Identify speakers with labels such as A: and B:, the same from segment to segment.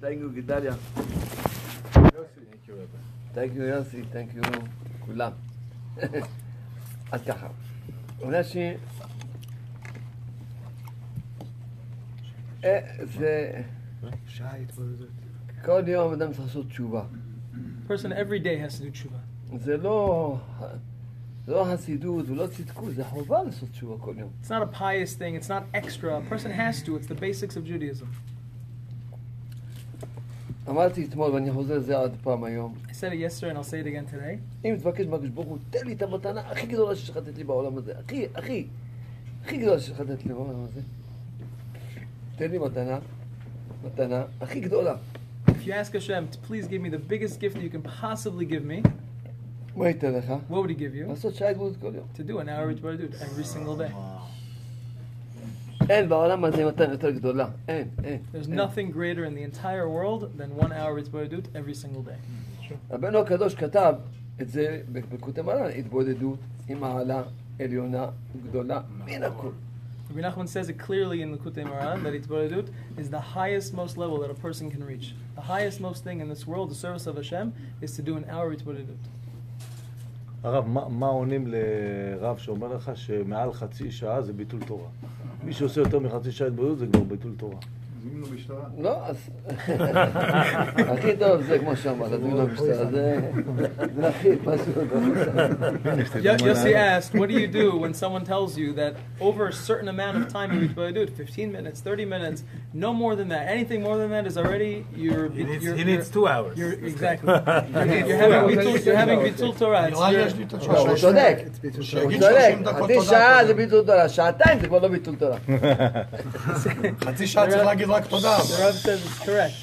A: Thank you, גידליה. Thank you, יוסי. Thank you, כולם. אז ככה, רש"י, אה, זה... כל יום אדם צריך לעשות תשובה.
B: Person every day has to do tshuva.
A: זה לא, זה לא חסידות ולא צדקות, זה חובה לעשות תשובה כל יום.
B: It's not a pious thing. It's not extra. A person has to. It's the basics of Judaism.
A: אמרתי אתמול, ואני חוזר על זה עוד פעם היום,
B: I said it yesterday, and I'll say it again today.
A: אם תבקש מהקדוש ברוך הוא, תן לי את המתנה הכי גדולה שיש לך לתת לי בעולם הזה. הכי, הכי, הכי גדולה שיש לך לתת לי בעולם הזה. תן לי מתנה, מתנה הכי גדולה.
B: If you ask Hashem, to please give me the biggest gift that you can possibly give me,
A: מה ייתן לך?
B: what would He give you?
A: לעשות שעה התבודדות כל יום.
B: To do an hour of Yitzhak every single day.
A: אין בעולם הזה מתנה יותר גדולה. אין, אין.
B: There's
A: אין.
B: nothing greater in the entire world than one hour of Yitzhak every single day.
A: רבנו הקדוש כתב את זה בקוטי מרן, התבודדות עם מעלה עליונה גדולה מן הכול.
B: Rabbi Nachman says it clearly in Likutei Maran that Yitzhak is the highest most level that a person can reach. The highest most thing in this world, the service of Hashem, is to do an hour of Yitzhak.
C: הרב, מה, מה עונים לרב שאומר לך שמעל חצי שעה זה ביטול תורה? מי שעושה יותר מחצי שעה התבודדות זה כבר ביטול תורה.
D: זימנו משטרה.
A: לא, אז... הכי טוב זה כמו שאמרת, זה לא משטרה, זה זה הכי פשוט.
B: Yo- Yossi asked, "What do you do when someone tells you that over a certain amount of time you reach bodhidut, 15 minutes, 30 minutes, no more than that? Anything more than that is already you're
E: He needs,
B: you're,
E: he needs two hours.
B: you're, you're exactly. you're, you're
D: hours.
B: having bitul, you're having bitul Torah. It's
D: נראה לי יש
B: your,
D: לי את
A: לא, הוא
D: התשובה.
A: צודק, הוא
D: שיגיד
A: צודק,
D: 30 דקות
A: חצי
D: תודה,
A: שעה
D: תודה.
A: זה ביטול תורה, שעתיים זה כבר לא ביטול תורה.
D: חצי שעה צריך להגיד רק תודה.
B: the Rav says it's correct.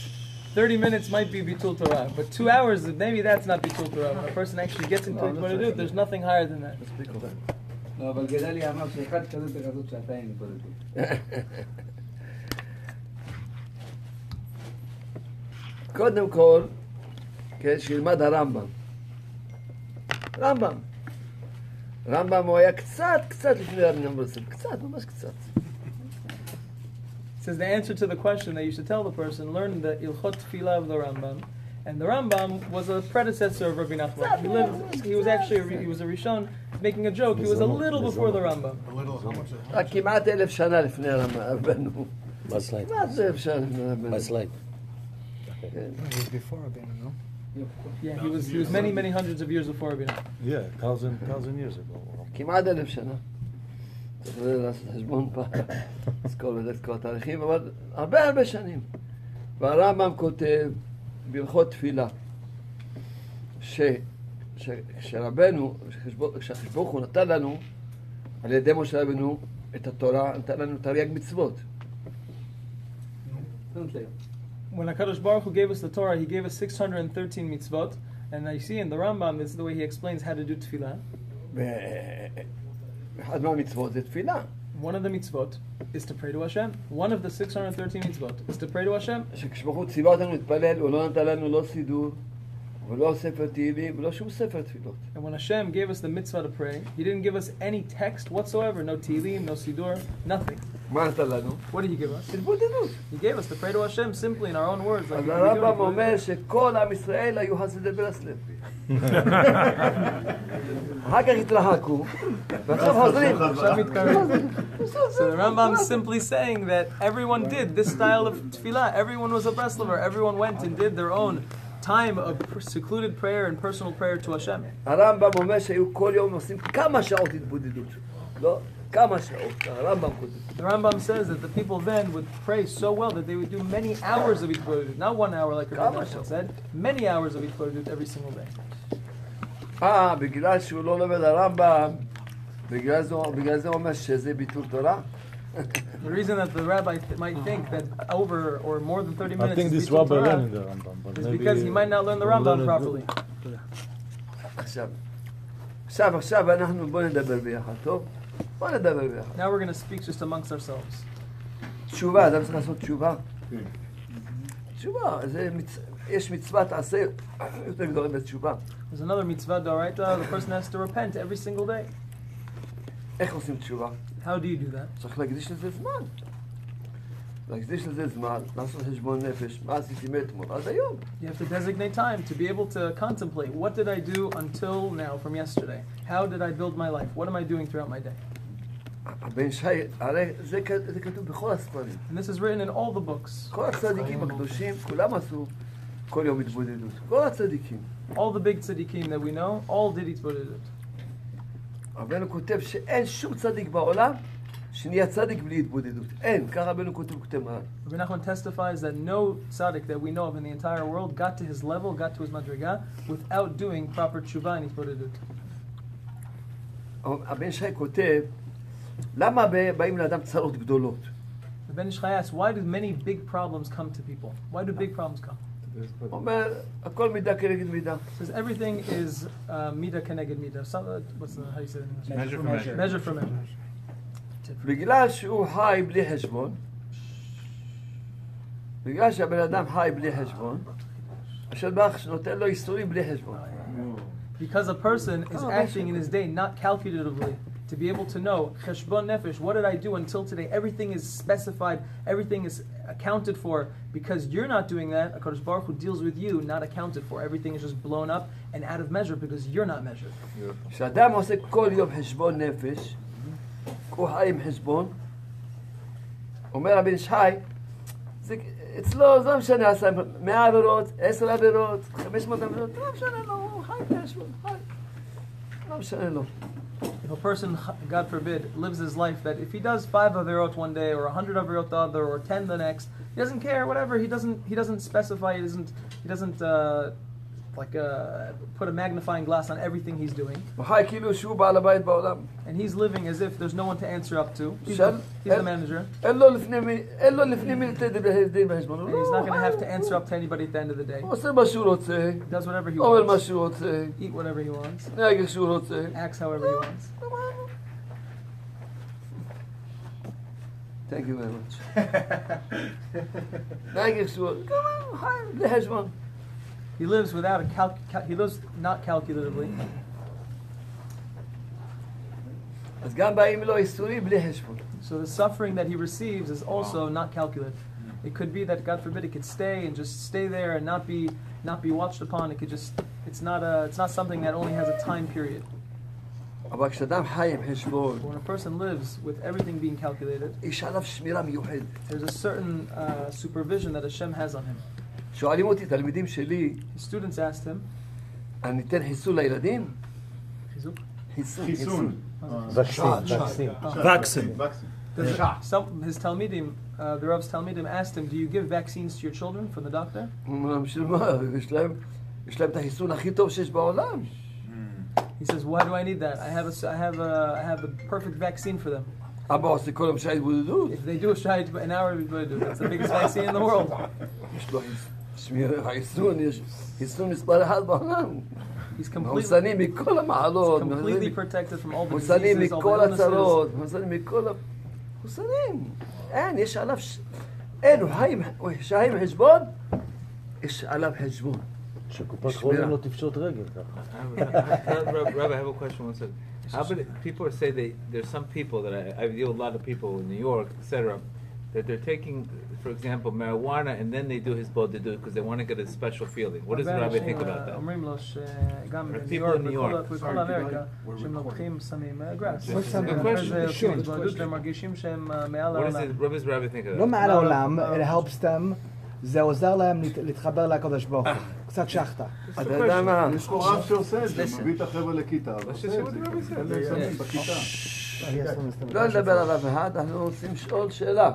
B: 30 minutes might be bitul Torah, but two hours maybe that's not bitul Torah. When a person actually gets into bodhidut, there's nothing higher than that.
F: לא, אבל גדליה אמר שאחד כזה בכזאת שעתיים התבודדות.
A: קודם כל, כן, שילמד הרמב"ם. רמב"ם. רמב"ם הוא היה קצת, קצת לפני רבי נחמן ברסלב, קצת, ממש קצת.
B: It says the answer to the question that you should tell the person, learn the Ilchot Tefillah of the Rambam. And the Rambam was a predecessor of Rabbi Nachman. He lived. He was actually. A, he was a Rishon. Making a joke. He was a little before the Rambam.
A: רק כמעט אלף שנה לפני רבנו.
G: Last night.
A: כמעט אלף שנה לפני כן. רבנו.
G: Last night.
B: Yeah, he was. He was many, many hundreds of years before Rabbi Nachman.
C: Yeah, thousand, thousand years ago.
A: כמעט אלף שנה. צריך לעשות חשבון פעם, לזכור ולדעת כל התאריכים, אבל הרבה הרבה שנים. והרמב"ם כותב בהלכות תפילה, ש- ש- שרבנו, כשהקדוש ברוך הוא נתן לנו, על ידי משה רבנו, את התורה, נתן לנו תרי"ג מצוות.
B: When Hakadosh Baruch Hu gave us the Torah, He gave us 613 mitzvot. And I see in the Rambam, this is the way he explains how to do tefillah.
A: ואחת מהמצוות זה תפילה,
B: One of the mitzvot is to pray to Hashem. One of the 613 mitzvot is to pray to Hashem.
A: שכשברוך הוא ציווה אותנו להתפלל, הוא לא נתן לנו לא סידור, ולא ספר תהילים, ולא שום ספר תפילות.
B: And when Hashem gave us the mitzvah to pray, He didn't give us any text whatsoever, no Tehillim, no Sidur, nothing.
A: מה נתן לנו?
B: What did He give us?
A: התבודדות.
B: He gave us to pray to Hashem simply in our own words. Like
A: אז
B: we- we
A: הרמב"ם
B: do it.
A: אומר שכל עם ישראל היו חסידי ברסלב. אחר כך התרחקו, ועכשיו חוזרים.
B: So the Rambam's simply saying that everyone did this style of tefillah. Everyone was a Breslover. Everyone went and did their own time of per- secluded prayer and personal prayer to Hashem.
A: הרמב"ם אומר שהיו כל יום עושים כמה שעות התבודדות. לא, כמה שעות, הרמב"ם כותב.
B: The Rambam says that the people then would pray so well that they would do many hours of Yitzhak, not one hour like Rabbi Nachman said, many hours of Yitzhak every single day.
A: אה, בגלל שהוא לא לומד הרמב"ם, בגלל זה, בגלל זה הוא אומר שזה ביטול תורה?
B: The reason that the rabbi th- might think that over or more than 30 minutes
C: I
B: is
C: think this
B: Bitul
C: rabbi
B: Torah
C: learned in the Rambam, but
B: is
C: maybe
B: because he might not learn the
C: he learned
B: Rambam
C: it-
B: properly.
A: עכשיו. עכשיו, עכשיו אנחנו בוא נדבר ביחד, טוב? בוא נדבר ביחד.
B: Now we're going to speak just amongst ourselves.
A: תשובה, אדם צריך לעשות תשובה. תשובה, זה מצ... יש מצוות עשה יותר גדולה בתשובה.
B: There's another mitzvah doraita. The person has to repent every single day.
A: איך עושים תשובה?
B: How do you do that?
A: צריך להקדיש לזה זמן. להקדיש לזה זמן, לעשות חשבון נפש, מה עשיתי מאתמול, עד היום.
B: You have to designate time to be able to contemplate what did I do until now from yesterday? How did I build my life? What am I doing throughout my day?
A: הבן שי, הרי זה, כ- זה כתוב בכל הספרים.
B: And this is written in all the books.
A: כל הצדיקים הקדושים, כולם עשו כל יום התבודדות. כל הצדיקים.
B: All the big tzaddikim that we know, all did it.
A: רבנו כותב שאין שום צדיק בעולם שנהיה צדיק בלי התבודדות. אין, ככה רבנו כותב כותב מעל.
B: Rabbi Nachman testifies that no tzaddik that we know of in the entire world got to his level, got to his madriga, without doing proper tshuva and itbodedut.
A: הבן שי כותב, למה ב- באים לאדם צרות גדולות?
B: The Ben Ish Chai asks, why do many big problems come to people? Why do big problems come?
A: הוא אומר, הכל מידה כנגד מידה.
B: He says everything is uh, mida keneged mida. Some, uh, what's the, how do you say that in English?
D: Measure for measure.
B: Measure for measure.
A: בגלל שהוא חי בלי חשבון, בגלל שהבן אדם חי בלי חשבון, השם ברך נותן לו ייסורים בלי חשבון.
B: Because a person is
A: Oh,
B: acting in his day not calculatively, to be able to know cheshbon nefesh, what did I do until today? Everything is specified, everything is accounted for. Because you're not doing that, Hakadosh Baruch Hu deals with you, not accounted for. Everything is just blown up and out of measure because you're not measured.
A: כשאדם עושה כל יום חשבון נפש, הוא חי עם חשבון, אומר הבן שי, זה, אצלו זה לא משנה, עשה מאה עבירות, עשר עבירות, חמש מאות עבירות, לא משנה לו, הוא חי עם חשבון, חי. לא משנה לו.
B: If a person, God forbid, lives his life that if he does five averot one day or a hundred averot the other or ten the next, he doesn't care. Whatever he doesn't he doesn't specify. He doesn't he doesn't uh, like uh, put a magnifying glass on everything he's doing,
A: הוא חי כאילו שהוא בעל הבית בעולם.
B: and he's living as if there's no one to answer up to. He's,
A: Shall-
B: the, he's the manager,
A: אין לו לפני מי, אין לו לפני מי לתת דין בחשבון. לא
B: and he's not going to have to answer up to anybody at the end of the day.
A: הוא עושה מה שהוא רוצה,
B: He does whatever he
A: אומר מה
B: wants,
A: שהוא רוצה,
B: eat whatever he wants,
A: נהג איך שהוא רוצה.
B: acts however he wants.
A: Thank you very much. נהג איך שהוא רוצה. הוא חי בלי חשבון.
B: He lives without a calc. cal- he lives not calculatively.
A: אז גם באים לו איסורים בלי חשבון.
B: So the suffering that he receives is also not calculated. It could be that God forbid it could stay and just stay there and not be not be watched upon. It could just it's not a it's not something that only has a time period.
A: אבל כשאדם חי עם חשבון,
B: But when a person lives with everything being calculated,
A: יש עליו שמירה מיוחדת.
B: there's a certain uh, supervision that Hashem has on him.
A: שואלים אותי, תלמידים שלי,
B: His students asked him,
A: אני אתן חיסון לילדים?
B: "Chizuk,
A: חיסון.
D: חיסון.
C: וקסין, וקסין.
E: Vaccine.
B: does it-"
D: Yeah.
B: some, his Talmidim, uh, the Rav's Talmidim asked him, "Do you give vaccines to your children from the doctor?"
A: הוא אומר, בשביל מה? יש להם- יש להם את החיסון הכי טוב שיש בעולם.
B: He says, "Why do I need that? I have a s- I have a I have the perfect vaccine for them."
A: אבא עושה כל יום שעה התבודדות.
B: If they do a shahid an hour of Ibadu, that's the biggest vaccine in the world.
A: יש לו חיס- שמיר- חיסון, יש חיסון מספר אחת בעולם.
B: He's completely,
A: מחוסנים מכל המחלות,
B: completely protected from all the
A: מחוסנים
B: diseases, all
A: מכל
B: the illnesses.
A: הצרות, מחוסנים מכל ה... מחוסנים. אין, יש עליו... ש- אין, הוא חי עם- הוא חי עם חשבון? יש עליו חשבון.
C: שקופת
A: שמירה.
C: חולים לא תפשוט רגל ככה.
E: Rabbi, I have a question. One second. How about it- people say they there's some people that I, I deal with a lot of people in New York, etc. That they're taking, for example, marijuana, and then they do his bodhidu because they want to get a special feeling. What does the Rabbi think about that?
B: אומרים לו שגם
E: People
B: בניו יורק
E: in New
B: וכל-
E: York.
B: וכל אמריקה, שהם לוקחים סמים אה, גראס.
E: What's the
B: ואחרי
E: question?
B: זה עושים
E: Sure.
B: התמודדות והם מרגישים שהם אה, מעל
E: What is
B: העולם.
E: it? What does the Rabbi think of
G: לא
E: that?
G: מעל
B: לא,
G: העולם,
B: לא.
G: it helps them, זה עוזר להם להת- להתחבר לקדוש ברוך הוא. קצת שחטה.
A: אתה יודע מה?
H: יש פה רב שעושה את זה, מביא את החבר'ה לכיתה, ועושה
E: just see
H: את
E: what
H: זה,
E: the rabbi said.
H: נותן להם סמים בכיתה.
A: לא נדבר על אף אחד, אנחנו רוצים לשאול שאלה.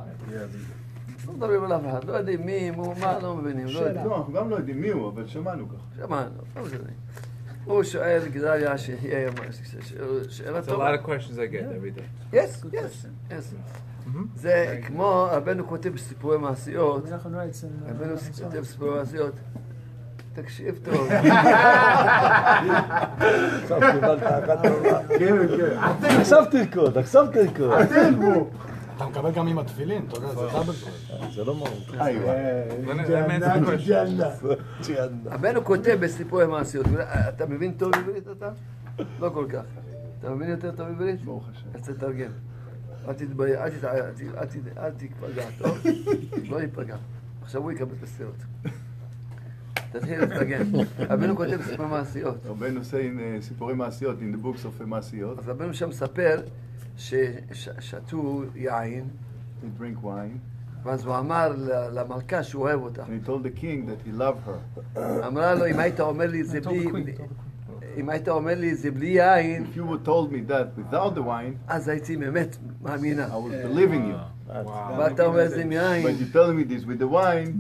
A: לא מדברים על אף אחד, לא יודעים מי, הוא, מה, לא מבינים, לא יודעים.
H: לא, אנחנו גם לא יודעים מי הוא, אבל שמענו ככה.
A: שמענו, לא משנה. הוא שואל, גדליה, שיהיה יום שאלה
E: It's a lot
A: טובה.
E: of questions I get every day.
A: Yes, yes, yes. זה כמו, רבנו כותב בסיפורי מעשיות,
B: רבי נחמן writes in, אה,
A: רבנו
B: I'm sorry.
A: כותב בסיפורי מעשיות, תקשיב טוב,
C: עכשיו קיבלת אחת טובה.
H: כן, כן.
C: עכשיו תרקוד, עכשיו תרקוד.
D: אתה מקבל גם עם התפילין, אתה יודע, זה דאבל טוב.
C: זה לא מרוקו.
E: Let me- let me answer the question.
A: רבנו כותב בסיפורי מעשיות, אתה מבין טוב עברית אתה? לא כל כך. אתה מבין יותר טוב עברית?
H: ברוך השם.
A: אז תתרגם. אל תתבייש, אל תתע- אל ת- אל ת- אל תיפגע, טוב? לא ייפגע. עכשיו הוא יקבל את הסטירות. תתחיל להתרגל. רבנו כותב סיפור מעשיות.
H: הרבה נושאים, אה, סיפורי מעשיות, in the books of מעשיות.
A: אז רבנו שם מספר ששתו יין,
H: He drink wine.
A: ואז הוא אמר ל- למלכה שהוא אוהב אותה.
H: And he told the king that he loved her.
A: אמרה לו, אם היית אומר לי את זה בלי... אם היית אומר לי את זה בלי יין,
H: If you would told me that without the wine,
A: אז הייתי באמת מאמינה.
H: I would believe in you.
A: ואתה אומר את זה עם יין.
H: But you tell me this with the wine,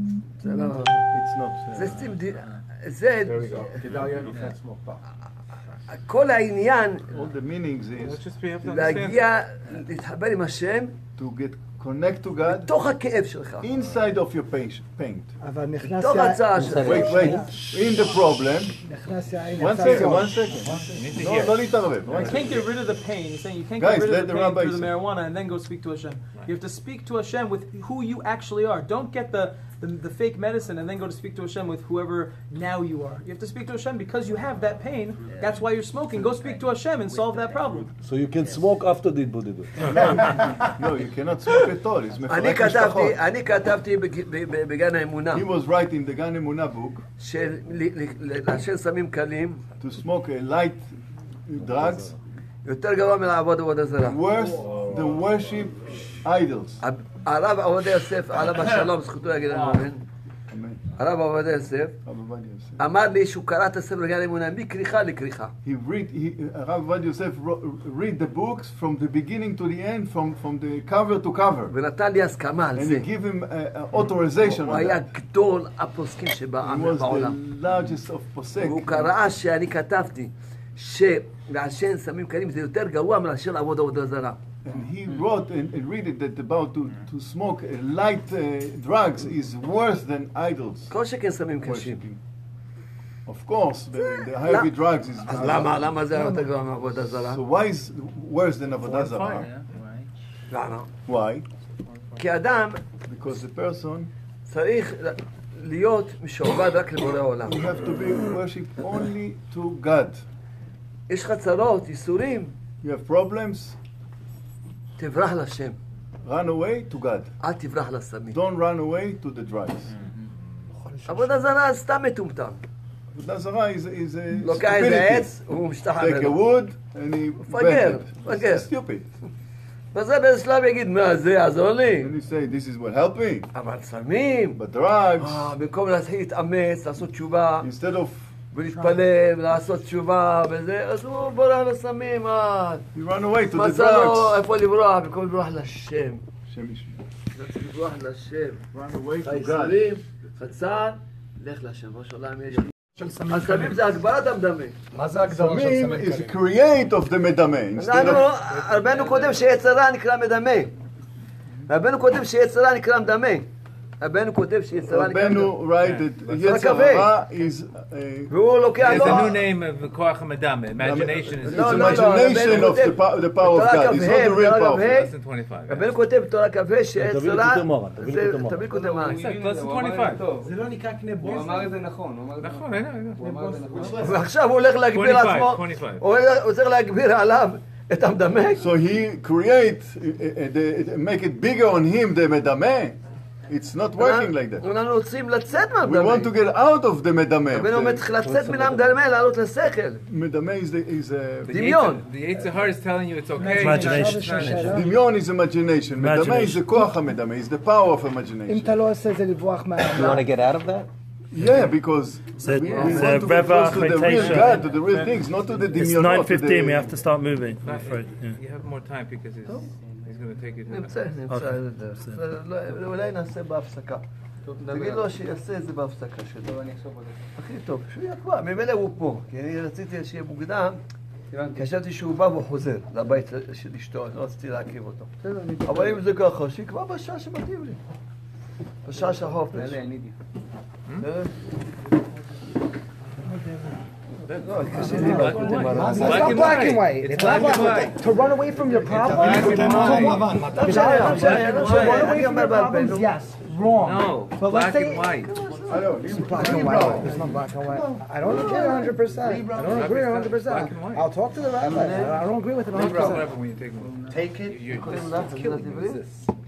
A: זה לא...
H: it's not. uh,
A: זה סתם... זה...
H: All
A: כל העניין
H: the meanings
E: Let's
H: is
E: just be able to understand.
A: להגיע, להתחבר עם השם,
H: to get connect to God
A: בתוך הכאב שלך.
H: inside of your pain. pain.
G: אבל נכנס
A: בתוך
G: יין-
A: ההצעה שלך.
H: Wait, wait. In the problem.
G: נכנס יין,
H: One
G: יצא
H: second,
G: זול.
H: one second. No, לא להתערב. one
B: You can't
H: second.
B: get rid of the pain. He's saying you can't
H: Guys,
B: get rid
H: let
B: of the,
H: the
B: pain
H: rabbi
B: through the
H: say.
B: marijuana and then go speak to Hashem. You have to speak to Hashem with who you actually are. Don't get the, the, the fake medicine and then go to speak to Hashem with whoever now you are. You have to speak to Hashem because you have that pain. That's why you're smoking. Go speak to Hashem and solve that problem.
C: So you can smoke after the התבודדות.
H: No, you cannot smoke at all. It's
A: אני
H: מפרק משפחות.
A: כתבתי, אני כתבתי בג- ב- ב- בגן האמונה,
H: He was right in the Gan Emunah book
A: שלעשן סמים קלים,
H: to smoke a light drugs
A: יותר גרוע מלעבוד עבודה זרה.
H: worse than worship idols.
A: ה- הרב עובדיה יוסף, עליו השלום, זכותו להגיד לנו אמן,
H: Amen.
A: הרב עובדיה יוסף,
H: הרב עובדיה יוסף.
A: אמר לי שהוא קרא את הספר בגן האמונה מכריכה לכריכה.
H: He read, he, הרב עובדיה יוסף wrote- read the books from the beginning to the end, from, from the cover to cover.
A: ונתן לי הסכמה על
H: And
A: זה.
H: he give him uh, uh, authorization
A: הוא
H: on
A: היה
H: that.
A: גדול הפוסקים
H: He
A: שבעם,
H: was the
A: בעולם.
H: largest of Posek.
A: והוא קרא שאני כתבתי שלעשן סמים קלים זה יותר גרוע מאשר לעבוד עבודה זרה.
H: And he wrote and, and read it that about to, to smoke uh, light uh, drugs is worse than idols.
A: כל שכן סמים קשים.
H: worshiping. Of course, the, the heavy
A: La-
H: drugs is.
A: אז למה, למה זה היה יותר גרוע מעבודה זרה?
H: So why is worse than Avodah Zarah?
A: למה?
H: Why?
A: כי אדם
H: Because the person
A: צריך להיות משועבד רק לבורא עולם.
H: you have to be worship only to God.
A: יש לך צרות, ייסורים,
H: You have problems,
A: תברח לשם,
H: run away to God.
A: אל תברח לסמים.
H: Don't run away to the drugs.
A: עבודה זרה אז סתם מטומטם.
H: Avodah Zarah is is a
A: לוקח איזה
H: stupidity.
A: עץ, הוא משתחרר.
H: Take a wood and he
A: Forget,
H: bent it.
A: forget.
H: It's stupid.
A: וזה באיזה שלב יגיד, מה זה יעזור לי?
H: And you say this is what help me,
A: אבל סמים.
H: but drugs
A: אה, במקום להתחיל להתאמץ, לעשות תשובה,
H: instead of
A: ולהתפלל, ולעשות תשובה, וזה, אז הוא בורח לסמים, אה,
H: you run away to the
A: מצא לו
H: drugs.
A: איפה לברוח, במקום לברוח לשם.
H: Shem Yishmael.
A: אתה צריך לברוח לשם.
H: Run away to God.
A: חייסרים, חצר, לך לשם, ראש עולם יש. אז סמים זה הגבלת המדמה.
D: מה זה ההגדרה של
H: Tamim
D: סמל
H: is
D: קלים?
H: create of the medame instead
A: אנחנו,
H: of
A: רבנו כותב שעץ הרע נקרא מדמה. רבנו כותב שעץ הרע נקרא מדמה. רבנו כותב שעץ הרע נקרא מדמה.
H: Rabbeinu write
A: רק
H: that Yetzirah is uh,
A: והוא לוקח
E: There's
A: לו...
E: a new name of Koach Madame. Imagination is
H: it's
A: לא, לא, לא,
H: imagination
A: רבנו
H: of the
A: כותב-
H: pow- the power
A: בתורה
H: of God. It's not
A: כ"ה,
H: the real
A: בתורה
H: power.
A: כ"ה.
E: less
H: of God.
E: than 25. yeah.
A: רבנו כותב בתורה כ"ה שעץ
C: תביא לי
A: הרע...
C: כותב מוהר"ן, תביא לי
A: זה-
C: כותב מוהר"ן.
A: תביא לי כותב מוהר"ן.
E: Less than 25.
F: זה לא נקרא קנה בוסט. הוא אמר את זה נכון, הוא אמר את זה נכון.
E: נכון, I know, I know.
F: הוא אמר את זה נכון.
A: ועכשיו הוא הולך להגביר
E: 25,
A: עצמו,
E: 25.
A: הוא הולך- הוא צריך להגביר עליו את המדמה.
H: So he create, uh, uh, the- make it bigger on him the medame. It's not working like that.
A: אנחנו רוצים לצאת
H: We want to
A: מהמדמה.
H: get out of the medame.
A: רבנו אומר,
H: of
A: צריך לצאת מן המדמה, לעלות לשכל.
H: the- Medame is the, is a
E: The
A: דמיון.
E: Yetzer- The Yitzhar is telling you it's okay.
G: עכשיו
I: Imagination.
G: יש לי שאלה.
H: דמיון is imagination. מדמה is the
I: Imagination.
H: כוח המדמה. Is the power of
G: אם
H: imagination.
G: אתה לא עושה את זה לברוח מה...
I: You want to get out of that?
H: Yeah, because we,
I: Said-
H: we
I: yeah.
H: want to be
I: Said
H: close to the real
I: representation.
H: God, to the real things, not to the
I: It's
H: דמיונות. to
I: 9.15,
H: the-
I: we have to start moving, I'm afraid. Yeah.
E: You have more time because he's, he's going to take you to the...
A: נמצא, נמצא.
I: אוקיי,
A: בסדר, לא- אולי נעשה בהפסקה. תגיד לו שיעשה את זה בהפסקה שלו.
F: טוב, אני אחשוב על זה.
A: הכי טוב, שהוא יקבע, ממילא הוא פה. כי אני רציתי שיהיה מוקדם, כי חשבתי שהוא בא והוא חוזר לבית של אשתו, אז לא רציתי להקריב אותו. אבל אם זה ככה, שיקבע בשעה שמתאים לי. בשעה של החופש. אה?
F: יאללה, ינידי.
A: בסדר? לא, קשה לי להקריא את
G: It's
A: המראה.
G: not black and white.
E: It's
G: It's
E: black
G: not black
E: and
G: and white. To run away from your problems? To
D: לבן,
G: wa-
A: לא משנה, לא משנה,
G: To
A: לא
G: run
A: משנה,
G: away
A: אני
G: from
A: אומר
G: your
A: בעל פה.
G: problems?
A: נו.
G: Yes, wrong.
E: No,
G: But
E: black
G: let's say-
E: and white.
H: Hello,
G: It's
H: Libra.
G: black and
H: Libra.
G: white. It's not black and white. I don't agree 100. percent I don't agree 100.
E: Black and white.
G: percent I'll talk to the rabbi. I don't agree with it 100.
E: Libra,
G: percent
E: whatever, when you take one.
A: Take it,
E: You're
A: put
E: just
A: it left,
E: killing
A: and
E: me
A: let it
E: with
A: be.
E: this.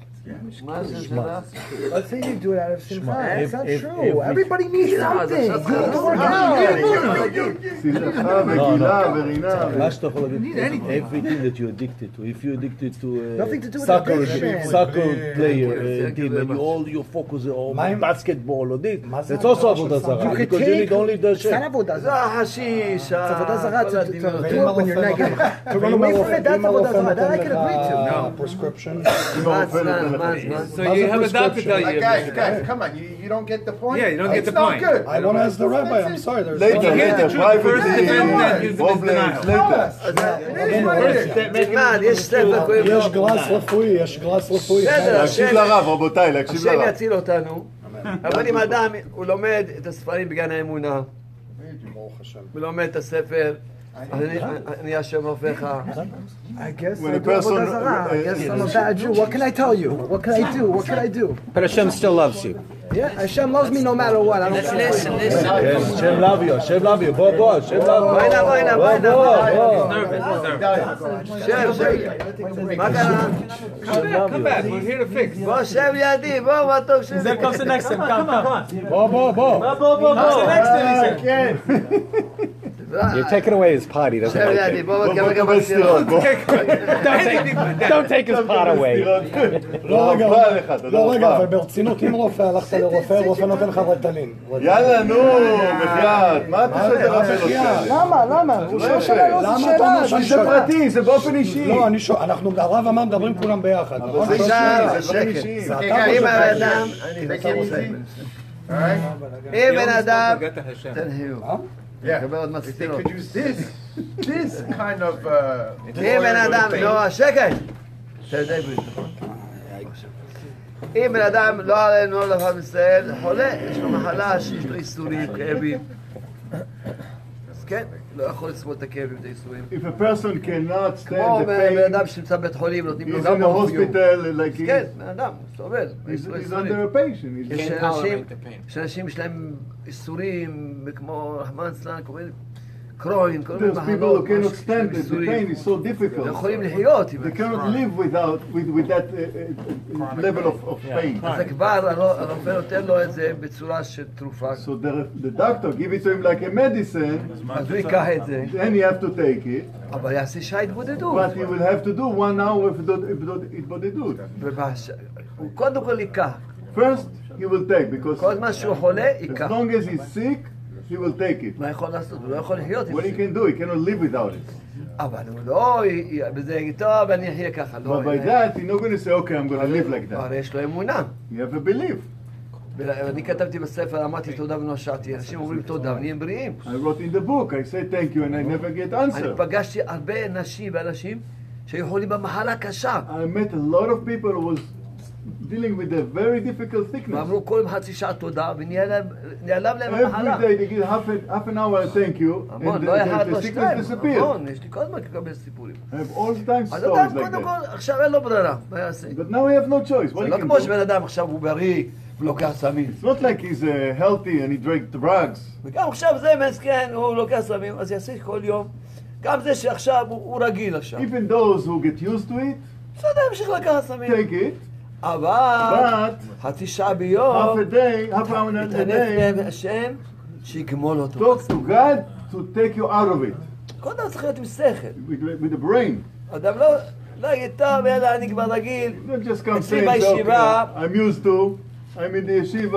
A: מה זה
G: Shema. Let's say you do it out of
C: Shema.
G: simcha. It's
C: If-
G: not
C: if-
G: true.
C: if-
G: Everybody needs something. You need to work out.
H: שמחה וגילה ורינה.
C: מה שאתה יכול להגיד, everything that you're addicted to, if you're addicted to uh,
G: Nothing to do with
C: soccer,
G: addiction.
C: soccer player, uh,
E: Thank you
C: team,
E: very
C: and you all your focus is on
D: מה עם-
C: basketball or this,
D: מה זה
C: that's also
D: ההגדרה של
C: עבודה
D: סם?
C: זרה,
G: You could
C: because you
G: take-
C: need only the
G: It's
C: shit.
G: not עבודה
A: זה
G: זרה.
A: החשיש,
G: It's עבודה זרה
A: כל
G: to- to-
A: הדמיון.
G: to
D: ואם
G: do it when you're
D: הרופא
G: negative.
D: נותן-
G: To run away from it, that's
D: ואם הרופא
G: עבודה זרה. That I
D: נותן
G: can agree to.
D: לך
E: No.
D: prescription?
A: מה
G: לא,
A: הזמן, מה הזמן?
E: So you have a doctor tell
D: Like,
E: you.
D: guys,
E: guys,
H: come on, you, you don't get the point?
E: Yeah, you don't get the point.
D: I want to ask the rabbi, I'm sorry, there's...
H: Later,
E: Here's the
H: later,
E: truth. First
H: privately,
E: defend that, use him as
H: Robles,
E: denial.
H: later. כן.
A: תלמד, יש ספר כואב
D: יש
A: לו.
D: גלס רפואי, יש גלס רפואי.
A: בסדר,
H: להקשיב
A: השם
H: לרב, רבותיי, להקשיב
A: השם
H: לרב.
A: יציל אותנו, אבל אם אדם, הוא לומד את הספרים בגן האמונה,
D: ברוך השם.
A: הוא לומד את הספר, אז אני-
H: אה?
A: אני השם רופאך.
G: I guess
H: When
G: I
H: a
G: do
H: person,
G: עבודה זרה. I
H: uh,
G: guess
H: uh,
G: I'm a bad Jew. What can I tell you? What can I do? What can I do?
J: But Hashem still loves you.
G: Yeah, Hashem loves me no matter what. I don't care.
A: listen, listen.
C: כן, השם לב יו, השם לב יו, בוא, בוא, השם לב יו.
A: בוא הנה, בוא הנה, בוא הנה.
C: בוא, בוא.
E: Nervous, he's nervous.
A: שב, שב. מה קרה?
E: Come back, come back. We're here to fix.
A: בוא, שב לידי, בוא, מה טוב שלי.
B: Zev comes to next him. Come, come, come.
D: בוא, בוא, בוא.
B: Comes to next him. he said.
J: You're taking away his pot. He doesn't
A: שב
J: like
A: לידי,
J: it.
A: בוא,
H: בוא
A: בוא,
H: נקבל סטירות, בוא.
E: Don't take me back.
J: Don't take his pot away.
D: לא, רגע,
H: רבה לך, תודה
D: לא, רגע,
H: רבה.
D: אבל ברצינות, אם רופא, הלכת לרופא, רופא נותן לך רטלין.
H: יאללה, נו, בחייאת, מה אתה עושה את הרב הזה?
G: למה? למה? הוא שואל שאלה, לא
D: למה
G: זו
D: אתה אומר שאני
G: שאלה. זו
H: זה
G: שאלה.
D: שואל?
H: פרטי, זה באופן אישי.
D: לא, אני שואל, אנחנו, הרב אמר, מדברים כולם ביחד, נכון?
H: זה
A: עכשיו,
H: זה
A: שקט.
H: דברים אישיים.
D: זה אתה
A: אם
D: חושב
A: הבן
D: ככה.
A: אדם,
H: אה?
A: אם בן אדם,
E: Forgot the Hashem.
A: תן חיוב.
K: Yeah.
A: נקבל עוד מסטירות.
K: could use this, this kind of. Uh,
A: אם בן אדם, לא, שקט! אתה יודע עברית, נכון? אם בן אדם, לא עלינו, לא לעם ישראל, חולה, יש לו מחלה שיש לו איסורים, כאבים. אז כן, לא יכול לסבול את הכאבים, את האיסורים.
H: If a person cannot
A: כמו
H: stand the
A: בן
H: כן, pain,
A: אדם שנמצא בבית חולים, נותנים לו
H: he's
A: גם
H: in the
A: מורפיום.
H: hospital, like he's,
A: כן, בן אדם, סובל. יש
H: he's,
A: לו
H: he's
A: איסורים.
H: under a patient. He's
A: יש אנשים, יש אנשים יש להם איסורים, כמו רחמן סלן, כל מיני קרוין, כל מיני
H: There's people who
A: מחלות,
H: cannot
A: ממש
H: stand it. The pain
A: איסורים.
H: is so
A: לא
H: difficult.
A: יכולים לחיות עם
H: They
A: זה. כן.
H: cannot live without with, with that uh, uh, level of, of pain.
A: אז כבר הרו- הרופא נותן לו את זה בצורה של תרופה.
H: So the, the doctor give it to him like a medicine,
A: אז הוא ייקח את זה,
H: then he have to take it,
A: אבל יעשה שעה התבודדות.
H: but he will have to do one hour of התbodedut.
A: ובש- הוא קודם כל ייקח.
H: First, he will take because
A: כל זמן שהוא חולה,
H: as
A: ייקח.
H: long as he's sick, he will take it.
A: מה יכול לעשות? הוא לא יכול לחיות עם
H: What
A: זה.
H: he can do, he cannot live without it.
A: אבל הוא לא... י- י- וזה יגיד, טוב, אני אחיה ככה. לא,
H: But by
A: אין-
H: that, he's not going to say, okay, I'm going to live like that.
A: הרי יש לו אמונה.
H: You have a belief.
A: ואני כתבתי בספר, אמרתי תודה ונושעתי, אנשים אומרים תודה ונהיים בריאים.
H: I wrote in the book, I say thank you, and I never get
A: אני
H: answer.
A: פגשתי הרבה נשים ואנשים שהיו חולים במחלה קשה,
H: I met a lot of people who was dealing with a very difficult sickness.
A: ואמרו כל יום חצי שעה תודה, ונעלם להם המחלה.
H: Every day they give half, a, half an hour thank you, and
A: המון,
H: the,
A: לא אחד,
H: the, the
A: לא
H: sickness
A: שתיים,
H: disappears.
A: המון, יש לי כל הזמן לקבל סיפורים.
H: I have all time
A: אז
H: stories
A: אדם,
H: like
A: קודם
H: that.
A: כל, עכשיו אין לו ברירה, מה יעשה?
H: But now we have no choice. What
A: זה
H: he
A: לא
H: can
A: כמו
H: do?
A: שבן אדם עכשיו הוא בריא ולוקח סמים.
H: It's not like he's uh, healthy and he drank drugs.
A: וגם עכשיו זה מסכן, הוא לוקח סמים, אז יעשה כל יום. גם זה שעכשיו הוא הוא רגיל עכשיו.
H: Even those who get used to it,
A: בסדר, ימשיך לקחת סמים.
H: take it,
A: אבל...
H: but
A: חצי שעה
H: half
A: ביום,
H: a day, half an hour a day,
A: יתענף להם השם, שיגמול אותו.
H: talk to God to take you out of it,
A: כל דבר צריך להיות עם שכל.
H: with, with the brain.
A: אדם לא לא יגיד, טוב, יאללה, אני כבר רגיל.
H: Don't just come
A: אצלי
H: saying, "Okay,
A: בישיבה-
H: I'm used to, I'm in the yeshiva,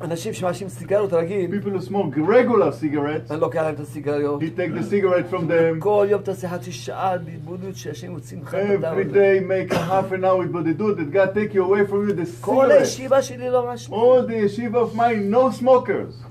A: אנשים שמעשנים סיגריות רגיל,
H: people who smoke regular cigarettes,
A: אני לוקח להם את הסיגריות.
H: he take the cigarette from them,
A: כל יום תעשה חצי שעה בלבודות שאנשים מוצאים לך את הדם.
H: every day make a half an hour with that God take you away from you the
A: כל
H: cigarette.
A: הישיבה שלי לא מעשנים.
H: All the yeshiva of mine, no smokers.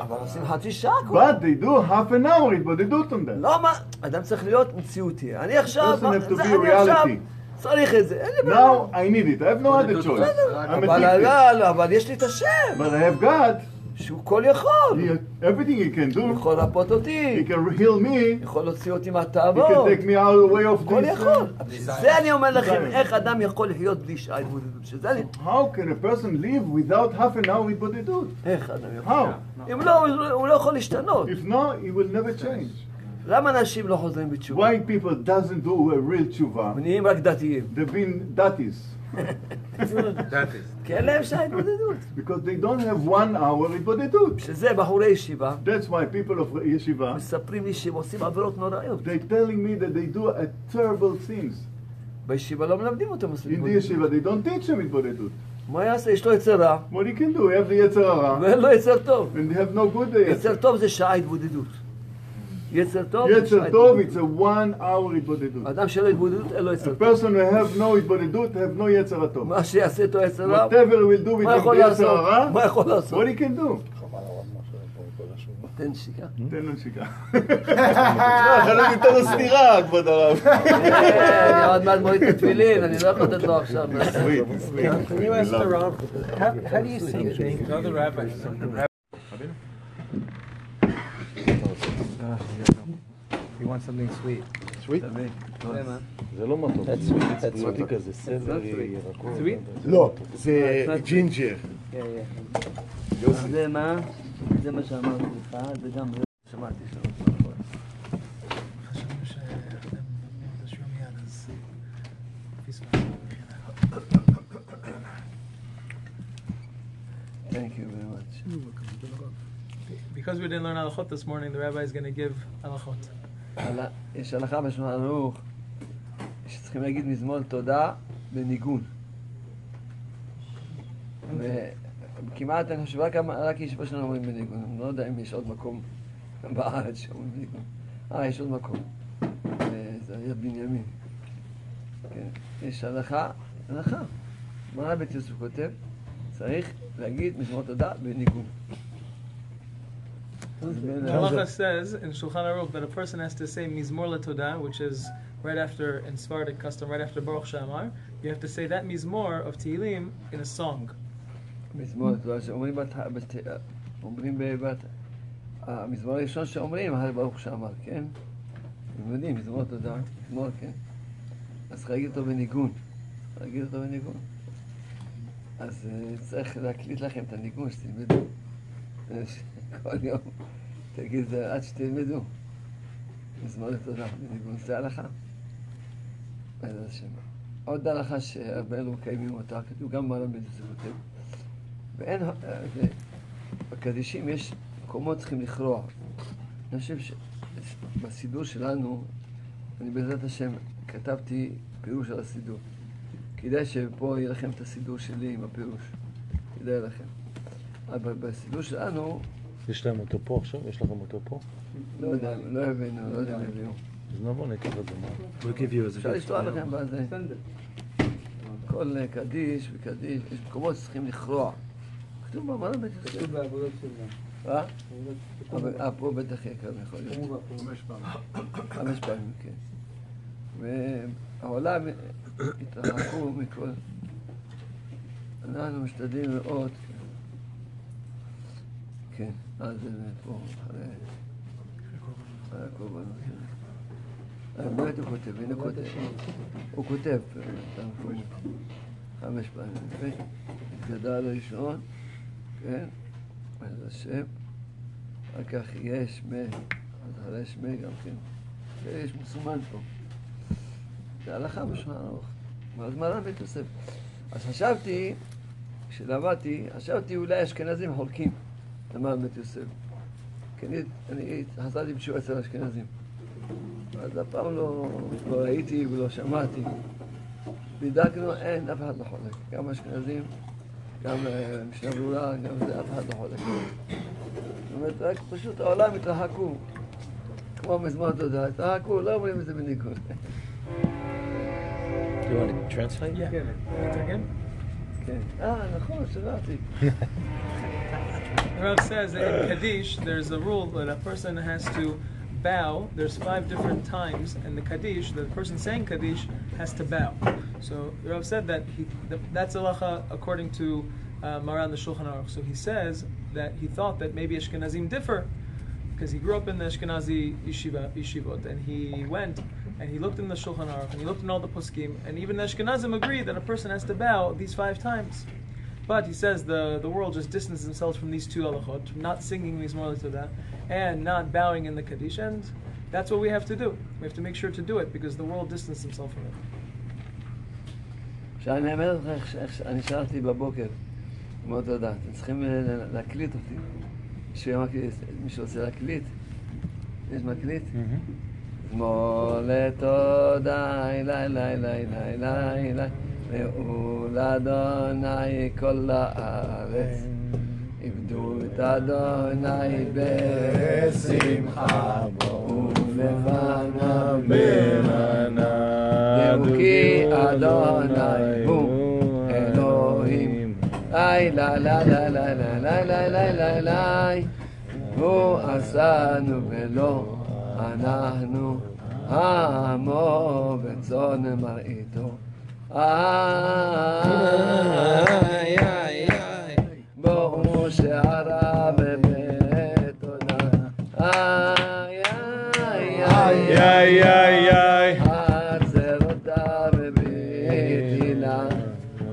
A: אבל עושים חצי שעה כבר.
H: But they do half an hour התבודדות on that.
A: לא מה, אדם צריך להיות מציאותי. אני עכשיו,
H: Doesn't have to
A: זה-
H: be
A: אני עכשיו
H: reality.
A: צריך את זה. אין לי בעיה.
H: Now I need it. I have no other choice. I'm
A: אבל
H: addicted.
A: אבל- אבל יש לי את השם.
H: But I have God.
A: שהוא כל יכול.
H: Everything he can do.
A: הוא יכול להפות אותי.
H: He can heal me.
A: יכול להוציא אותי
H: He can
A: מהתאוות.
H: take me out of the way of
A: כל
H: this, uh,
A: יכול. זה אני אומר לכם,
H: desire.
A: איך אדם יכול לחיות בלי שעה התבודדות. שזה אני...
H: How can a person live without half an hour with what they do?
A: איך אדם יכול?
H: How?
A: אם לא, הוא לא- הוא לא יכול להשתנות.
H: If not, he will never change.
A: למה אנשים לא חוזרים בתשובה?
H: Why people doesn't do a real tshuva?
A: נהיים רק דתיים.
H: They've been datis
E: That is.
A: כי אין להם שעה התבודדות.
H: because they don't have one hour with what they do.
A: שזה בחורי ישיבה,
H: That's why people of yeshiva
A: מספרים לי שהם עושים עבירות נוראיות.
H: they're telling me that they do a terrible things.
A: בישיבה לא מלמדים אותם מספיק.
H: In the yeshiva, they don't teach them התבודדות.
A: מה יעשה? יש לו יצר רע,
H: What he can do, he have the יצר הרע,
A: ואין לו יצר טוב.
H: and they have no good yetzer.
A: יצר טוב זה שעה התבודדות. יצר טוב זה שעה
H: Yetzer tov,
A: התבודדות.
H: it's a one hour התבודדות.
A: אדם שאין לו התבודדות, אין לו יצר
H: A
A: טוב.
H: person who have no התבודדות, have no יצר הטוב.
A: מה שיעשה אותו יצר רע,
H: Whatever he will do with
A: מה יכול
H: the יצר
A: לעשות? מה
H: הרע,
A: יכול לעשות?
H: what he can do.
A: תן שיקה.
H: תן לו נשיקה. אתה לא ניתן לו סטירה, כבוד הרב.
A: אני עוד מעט מוריד את התפילין, אני לא יכול לתת לו עכשיו.
B: Can you ask the Rav, how, how do you see things?
E: Another rabbi. Something
B: You want something sweet.
C: סוויט? זה לא מתוק. סוויטי כזה, סלרי, ירקות.
I: לא, זה ג'ינג'ר.
A: זה מה? זה מה שאמרתי לך, זה גם זה. שמעתי שם. Thank you very much.
B: Because we didn't learn halachot this morning, the rabbi is going to give halachot.
A: הלאה, יש הלכה בשולחן ערוך שצריכים להגיד מזמור תודה בניגון. וכמעט אני חושב רק המ- רק ישיבה שלנו אומרים בניגון, אני לא יודע אם יש עוד מקום בארץ שאומרים בניגון. אה, יש עוד מקום. אה, זה היה בנימין. כן. יש הלכה, הלכה. מרן בית יוסף כותב, צריך להגיד מזמור תודה בניגון.
B: The halacha says in Shulchan Aruch that a person has to say Mizmor LeTodah, which is right after, in Sephardic custom, right after Baruch Shamar, you have to say that Mizmor of Tehillim in a song.
A: מזמור, אתה יודע, שאומרים בת... בת... אה, אומרים בבת... המזמור הראשון שאומרים, הר ברוך שאמר, כן? אתם יודעים, מזמור תודה, מזמור, כן? אז צריך להגיד אותו בניגון. צריך להגיד אותו בניגון. אז אה, צריך להקליט לכם את הניגון, שתלמדו. אה, כל יום תגיד את זה עד שתלמדו. מזמור תודה, בניגון זה הלכה. בעזרת השם. עוד הלכה שהרבה לא מקיימים אותה, כתוב גם בעולם בית כותב. ואין, אה, זה- בקדישים יש מקומות צריכים לכרוע. אני חושב שבסידור שלנו, אני בעזרת השם כתבתי פירוש על הסידור. כדאי שפה יהיה לכם את הסידור שלי עם הפירוש. כדאי לכם. אבל בסידור שלנו,
C: יש להם אותו פה עכשיו? יש לכם אותו פה?
A: לא יודע, לא הבאנו, לא יודע אם הביאו.
C: אז נבוא, ניקח את זה. מה?
A: אפשר לשלוח לכם בזה. כל אה, קדיש וקדיש, יש מקומות שצריכים לכרוע. כתוב במעלה בית ישראל. אה? אבל- אה, פה בטח יהיה כאן, יכול להיות. חמש פעמים, כן. והעולם התרחקו מכל... אנחנו משתדלים מאוד, כן, אז זה פה, אחרי... אחרי הקורבנות. כן. אז באמת הוא כותב, הנה הוא כותב, הוא כותב, אה, את המקומות. חמש פעמים, כן? גדל הראשון, כן, אז השם, אחר כך יש מ... אז אחרי יש מ גם כן. זה יש מסומן פה. זה הלכה בשולחן ערוך. אז מרן בית יוסף. אז חשבתי, כשלמדתי, חשבתי אולי אשכנזים חולקים למרן בית יוסף. כי אני, אני חזרתי בשיעור אצל האשכנזים. אז אף פעם לא, לא ראיתי ולא שמעתי. בדקנו, אין, אף אחד לא חולק. גם אשכנזים, גם אה, משנה ברורה, גם זה, אף אחד לא חולק. זאת אומרת, רק פשוט העולם התרחקו. כמו מזמור תודה, התרחקו, לא אומרים את זה בניגוד.
I: You want to translate?
B: Yeah. Again?
A: כן. אה, נכון, שכחתי.
B: The Rav says that in Kaddish, there's a rule that a person has to bow. There's five different times, and the Kaddish, the person saying Kaddish, has to bow. So the Rav said that he, that, that's halacha according to uh, Maran the Shulchan Aruch. So he says that he thought that maybe Ashkenazim differ because he grew up in the Ashkenazi yeshiva, yeshivot, and he went and he looked in the Shulchan Aruch and he looked in all the poskim, and even the Ashkenazim agree that a person has to bow these five times. But he says the, the world just distances themselves from these two halachot, from not singing these morals to that, and not bowing in the kaddish, and that's what we have to do. We have to make sure to do it because the world distances themselves from it.
A: עכשיו אני אומר לך, איך ש- איך ש- אני שאלתי בבוקר, מאוד תודה, אתם צריכים אה, ל- להקליט אותי. מישהו מקליט- מישהו רוצה להקליט? יש מקליט? אתמול תודה, אלי, אלי, אלי, אלי, אלי, אלי, ראו לאדוני כל הארץ. עבדו את אדוני בשמחה, בואו לפניו ברעננה. דעו כי אדוני הוא אלוהים. לי, לי, לי, לי, לי, לי, לי, לי, לי, לי, הוא עשנו ולא אנחנו עמו וצאן מרעיתו. איי, איי, איי. בואו שערה בבית עונה. איי, איי, איי, איי, איי. עצר אותה בבית הילה.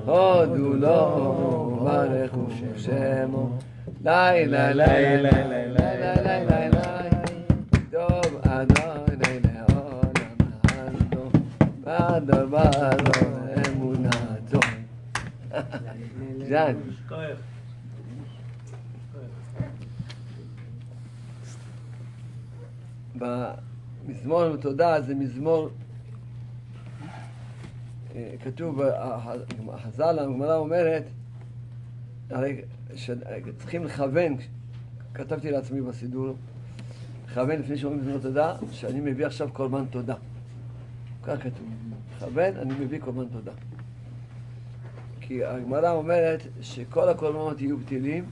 A: הודו לו וברכו שמו. לי, לי, לי, לי, לי, לי, לי, לי, לי. טוב אדוני לעולם העלו. בדבר לא אמונתו. ז'אן. במזמור תודה זה מזמור, אה, כתוב, אה, החז"ל, הגמרא אומרת, הרי ש- צריכים לכוון, כתבתי לעצמי בסידור, לכוון לפני שאומרים מזמור תודה, שאני מביא עכשיו קורבן תודה. כך כתוב, לכוון, אני מביא קורבן תודה. כי הגמרא אומרת שכל הקורבנות יהיו בטלים,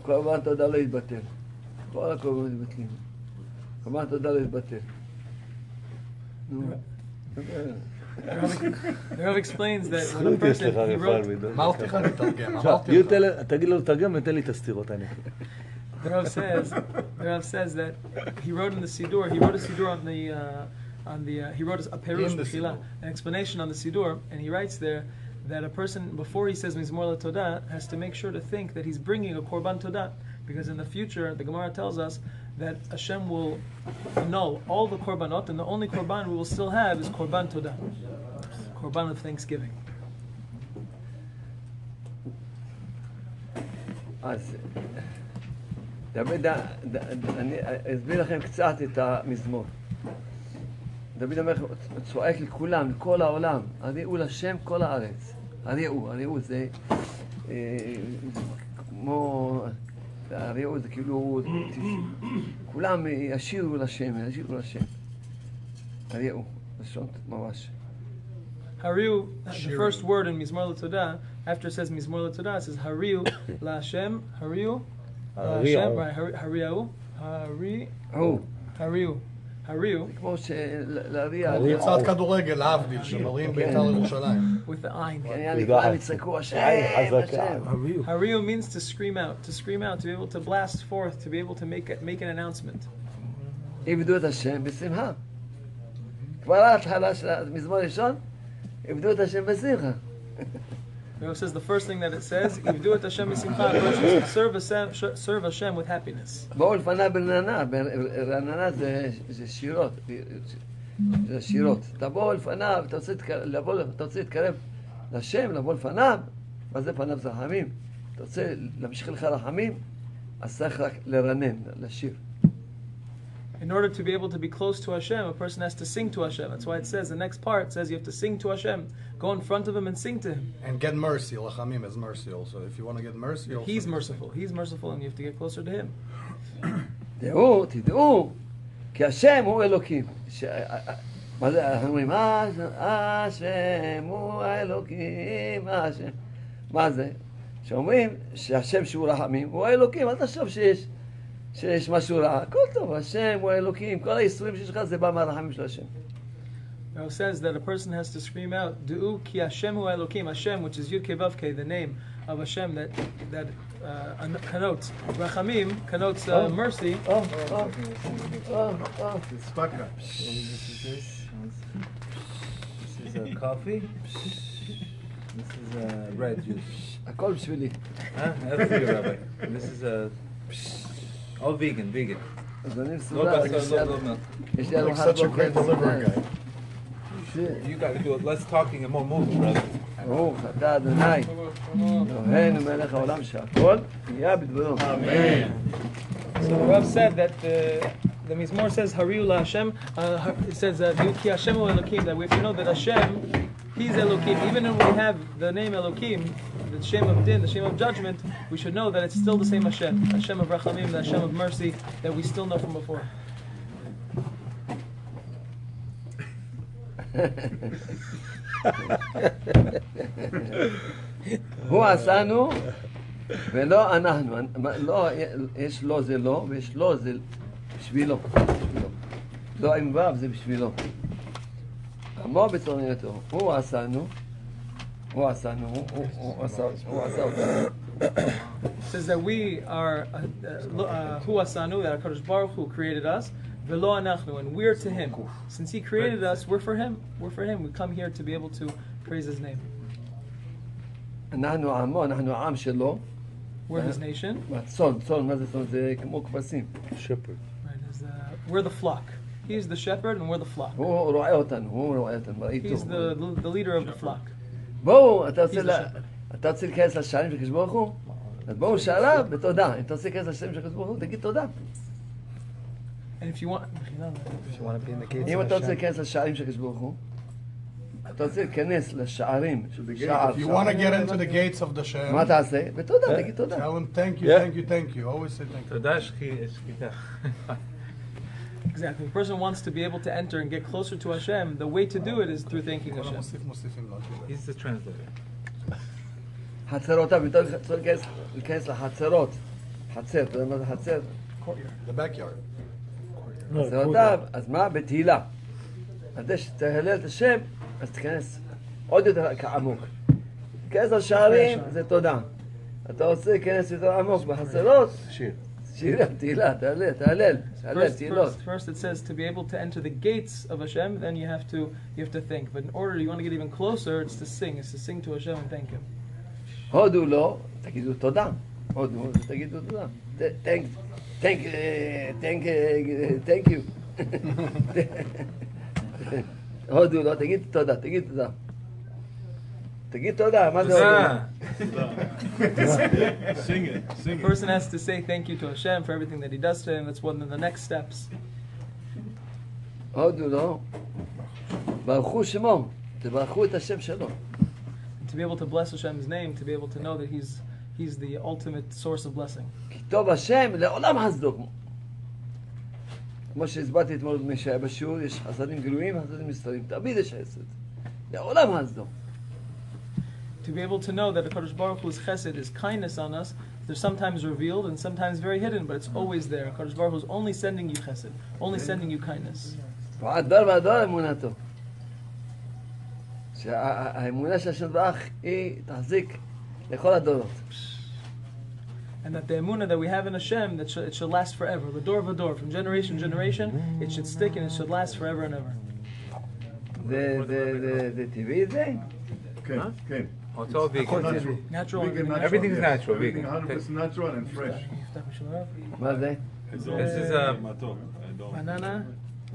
A: וקורבן תודה לא יתבטל. כל הקורבנות יתבטלים. קורבן תודה לא יתבטל. נו.
B: The Rav explains that when a
C: זכות יש
B: person
C: לך
B: he
C: רפאל
B: wrote,
C: מידון.
L: מה אותך לתרגם?
C: עכשיו,
L: אמרתי
C: יהיו
L: לך.
C: תל- תגיד לו לתרגם ותן לי את הסטירות האלה.
B: the Rav says, the Rav says that he wrote in the Siddur, he wrote a Siddur on the, uh, on the, uh, he wrote a Perush
L: In the
B: Mechila,
L: Siddur.
B: an explanation on the Siddur, and he writes there that a person, before he says Mizmor LaTodah, has to make sure to think that he's bringing a Korban Todah, because in the future, the Gemara tells us that Hashem will annul all the Korbanot, and the only Korban we will still have is Korban Todah, Korban of Thanksgiving.
A: אז דוד, ה- ד- ד- אני אסביר לכם קצת את המזמור. דוד המלך צועק לכולם, לכל העולם, הריעו לשם כל הארץ. הריעו, הריעו זה אה, כמו, הריעו זה כאילו, כולם ישירו לשם, ישירו לשם. הריעו, לשון ממש.
B: Hariu, the first word in Mizmor Todah, after it says Mizmor Todah, it says Hariu la Hashem, Hariu la Hashem,
C: Hari'u.
B: right? Hari- Hariu, Hari,
A: ראו,
B: Hariu, Hariu,
A: כמו שלהריע.
L: קבוצת כדורגל, להבדיל, שמראים בית"ר ירושלים.
B: with the ayin.
A: כן, יאללה, כולם יצעקו, השם,
C: אה,
A: השם.
B: Hariu means to scream out, to scream out, to be able to blast forth, to be able to make a, make an announcement.
A: עבדו את השם בשמחה. כבר ההתחלה של המזמור הראשון, עבדו את השם בשמחה.
B: Rav says the first thing that it says, "Ivdu et Hashem b'simcha," a person should serve Hashem, should serve Hashem with happiness.
A: בואו לפניו ברננה, בר- רננה זה, זה שירות, זה שירות. תבואו לפניו, אתה רוצה, להתקר... לבוא, אתה רוצה להתקרב לשם, לבוא לפניו, מה זה פניו זה רחמים. אתה רוצה להמשיך לך רחמים, אז צריך רק לרנן, לשיר.
B: In order to be able to be close to Hashem, a person has to sing to Hashem. That's why it says the next part says you have to sing to Hashem, go in front of Him and sing to Him.
L: And get mercy. Lachamim is mercy also. If you want to get mercy, also.
B: He's merciful. He's merciful, and you have to get closer to Him.
A: דעו, תדעו, כי השם הוא אלוקים. ש... אה, מה זה, אנחנו אומרים, "הש- השם הוא האלוקים, אה, השם. מה זה? שאומרים שהשם שהוא רחמים הוא האלוקים, אל תחשוב שיש, שיש משהו רע. הכל טוב, השם הוא האלוקים, כל הייסורים שיש לך זה בא מהרחמים של השם.
B: Now it says that a person has to scream out, "Du'u ki Hashem hu Elokim." Hashem, which is Yud Ke Vav Ke, the name of Hashem that that uh, an- kanot, rachamim, kanot's uh,
A: Oh.
B: mercy.
A: Oh, oh, oh, oh.
E: This is a coffee. This is a red juice.
A: הכל בשבילי.
E: Huh? That's you, Rabbi. And This is a all vegan, vegan.
A: אז אני מסודר.
E: No butter, no- no milk.
A: יש לי ארוחת בוקר.
E: You gotta do less talking and more moving, brother.
A: ברוך אתה אדוני, אלוהינו מלך העולם שהכל נהיה בדברו. אמן.
B: So the Rav said that uh, the Mizmor says Hariu la Hashem. Uh, ha- it says uh, Ki Hashem hu Elokim. That we have to know that Hashem, He's Elokim. Even when we have the name Elokim, the shame of din, the shame of judgment, we should know that it's still the same Hashem, Hashem of Rachamim, the Hashem of mercy that we still know from before.
A: הוא עשנו ולא אנחנו. מה- לא, יש לו זה לא, ויש לו זה בשבילו. בשבילו. לא עם ו' זה בשבילו. עמו בצורניותו. הוא עשנו, הוא עשנו, הוא- הוא- הוא עשה הוא עשה אותנו.
B: It says that we are uh, uh, lo- uh, Hu Asanu, that Hakadosh Baruch Hu created us. Velo anachnu, and we're to Him. Since He created us, we're for Him. We're for Him. We come here to be able to praise His name.
A: אנחנו עמו, אנחנו העם שלו.
B: We're His nation.
A: צאן, צאן, מה זה צאן? זה כמו כבשים.
B: Right, is, uh, we're the flock. He's the shepherd, and we're the flock.
A: הוא רואה אותנו, הוא רואה אותנו, ראיתו.
B: He's the, the, the leader of the flock.
A: בואו, אתה רוצה
B: He's the
A: לה- אתה רוצה להיכנס לשערים של הקדוש ברוך הוא? אז בואו שעליו בתודה. אם אתה רוצה להיכנס לשערים של הקדוש ברוך הוא, תגיד תודה.
B: And if you want,
G: If you want to be in the gates
A: אם
G: of
A: אתה רוצה
G: Hashem.
A: להיכנס לשערים של הקדוש ברוך הוא, אתה רוצה להיכנס לשערים, שער,
D: If you want to
A: שער.
D: get into the gates of the Shem,
A: מה תעשה? בתודה, תגיד תודה.
D: tell him thank you,
A: Yeah.
D: thank you, thank you. Always say thank you.
E: Tadash ki- is kitach.
B: exactly, if a person wants to be able to enter and get closer to Hashem, the way to do it is through thanking Hashem.
E: He's the translator.
A: חצרותיו, אתה רוצה להיכנס- להיכנס לחצרות. חצר, אתה יודע מה זה חצר?
D: The backyard.
B: אה,
A: חצרותיו, אז מה? בתהילה. על זה שתהלל את השם, אז תיכנס עוד יותר כעמוק. תיכנס לשערים, זה תודה. אתה רוצה להיכנס יותר עמוק בחצרות?
C: שיר.
A: שיר, תהילה, תהלל, תהלל, תהלל,
B: First,
A: תהילות.
B: first, first, it says to be able to enter the gates of Hashem, then you have to you have to think. But in order, you want to get even closer, it's to sing. It's to sing to Hashem and thank Him.
A: הודו לו, תגידו תודה. הודו, תגידו תודה. תנק, תנק, תנק, תנק יו. הודו לו, תגיד תודה, תגיד תודה. תגיד תודה, מה זה הודו? לו?
E: Tadash.
B: sing it, sing it. Person has to say thank you to Hashem for everything that He does to him. That's one of the next steps.
A: הודו לא? לו, ברכו שמו, תברכו את השם שלו.
B: To be able to bless Hashem's name, to be able to know that He's He's the ultimate source of blessing.
A: כי טוב השם לעולם חסדו. כמו שהסברתי אתמול מי שהיה בשיעור, יש חסדים גלויים וחסדים מסתרים, תמיד יש חסד. לעולם חסדו.
B: To be able to know that Hakadosh Baruch Hu's Chesed, His kindness on us, they're sometimes revealed and sometimes very hidden, but it's always there. Hakadosh Baruch Hu's only sending you Chesed, only sending you kindness.
A: ועד דור ועד דור אמונתו. שהאמונה של השם ברח היא תחזיק לכל הדורות.
B: and that the emuna that we have in Hashem that should, it should last forever. The door of a door, from generation to generation, it should stick and it should last forever and ever.
A: זה- זה זה- זה טבעי זה?
H: כן, כן.
E: Oh, it's all vegan.
H: Natural.
B: Natural.
H: Vegan,
B: and
H: natural,
E: Everything's
H: yes.
E: natural,
H: Everything
E: vegan.
H: 100% natural and fresh.
A: מה זה?
E: This is a
B: Banana,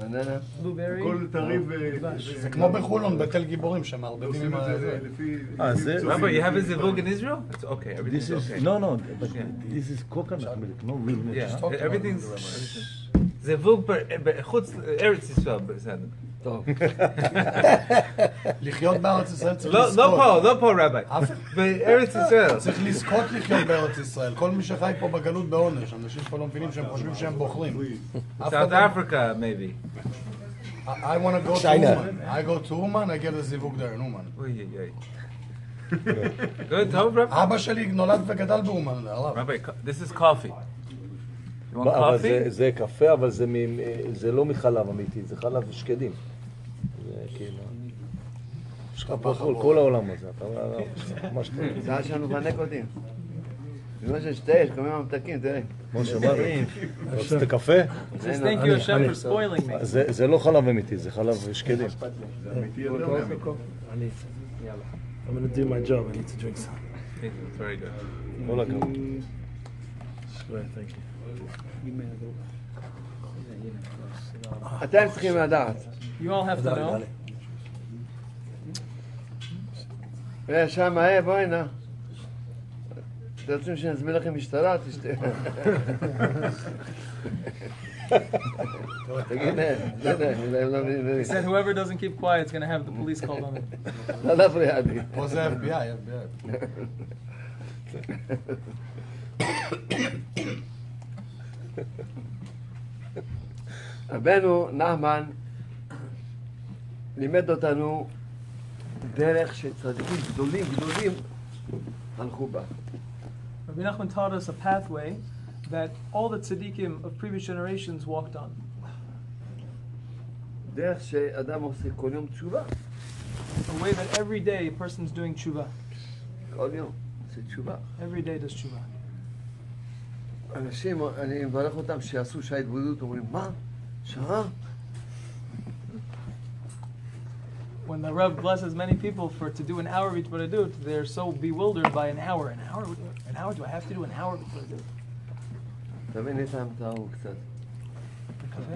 A: בננה?
B: blueberry.
H: כל טרי ו...
D: זה כמו בחולון, בתל גיבורים, שמערבבים עם ה... זה.
E: Ah,
C: אה, זה-
E: Remember, you have a zivug in Israel? It's okay.
C: This
E: Everything's
C: is,
E: okay.
C: no, no, but this is coconut milk, no real milk.
E: Yeah,
C: Huh?
E: everything's. זיווג בחוץ, ארץ ישראל בסדר.
A: טוב.
D: לחיות בארץ ישראל צריך
E: לא לא פה,
D: לזכות.
E: לא פה רבי. בארץ ישראל.
D: צריך לזכות לחיות בארץ ישראל. כל מי שחי פה בגלות בעונש, אנשים פה לא מבינים שהם חושבים שהם בוחרים. אף אחד
E: South
D: לא-
E: Africa, maybe.
D: I want to go to
G: China.
D: Oman. I go to Oman, I get a זיווג there in Oman.
E: אוי, אוי, אוי. Good, טוב רבי.
D: אבא שלי נולד וגדל באומן, הרב.
E: רבי, this is coffee. You want
C: אבל זה-
E: coffee?
C: זה קפה, אבל זה מ- זה לא מחלב אמיתי, זה חלב שקדים. זה כאילו... יש לך פה כל- כל העולם הזה, אתה אומר, "לא, מה שאתה רוצה."
A: זה לא היה שם מפנק אותי. בגלל שתשתה, שקוראים ממתקים, תראה.
C: משה, מה זה? רצית קפה?
A: Just thank you, Hashem,
C: אני-
A: for spoiling me.
C: זה זה לא חלב אמיתי, זה חלב שקדים.
M: I need. I'm gonna do my job. I need to drink some.
E: Thank you. It's very good.
C: כל הכבוד.
M: Swear, thank you.
A: אתם צריכים לדעת.
B: You all have to know.
A: אה, שם, אה, בוא הנה. אתם רוצים שנסביר לכם משטרה? תשתה. תגיד להם, תגיד להם, אולי הם לא מבינים.
B: He said whoever doesn't keep quiet is going to have the police called on him.
A: לא להפריע לי.
L: פה זה FBI, FBI.
A: רבנו נחמן לימד אותנו דרך שצדיקים גדולים גדולים הלכו בה.
B: Rabbi Nachman taught us a pathway that all the tzaddikim of previous generations walked on.
A: דרך שאדם עושה כל יום תשובה.
B: A way that every day a person's doing tshuva.
A: כל יום עושה תשובה.
B: Every day does tshuva.
A: אנשים, אני מברך אותם שעשו שעה התבודדות, אומרים, מה? שעה?
B: When the Rav blesses many people for to do an hour of Yitbodadut, they're so bewildered by an hour. An hour? An hour? Do I have to do an hour of Yitbodadut?
A: תבין את ההמתעה הוא קצת.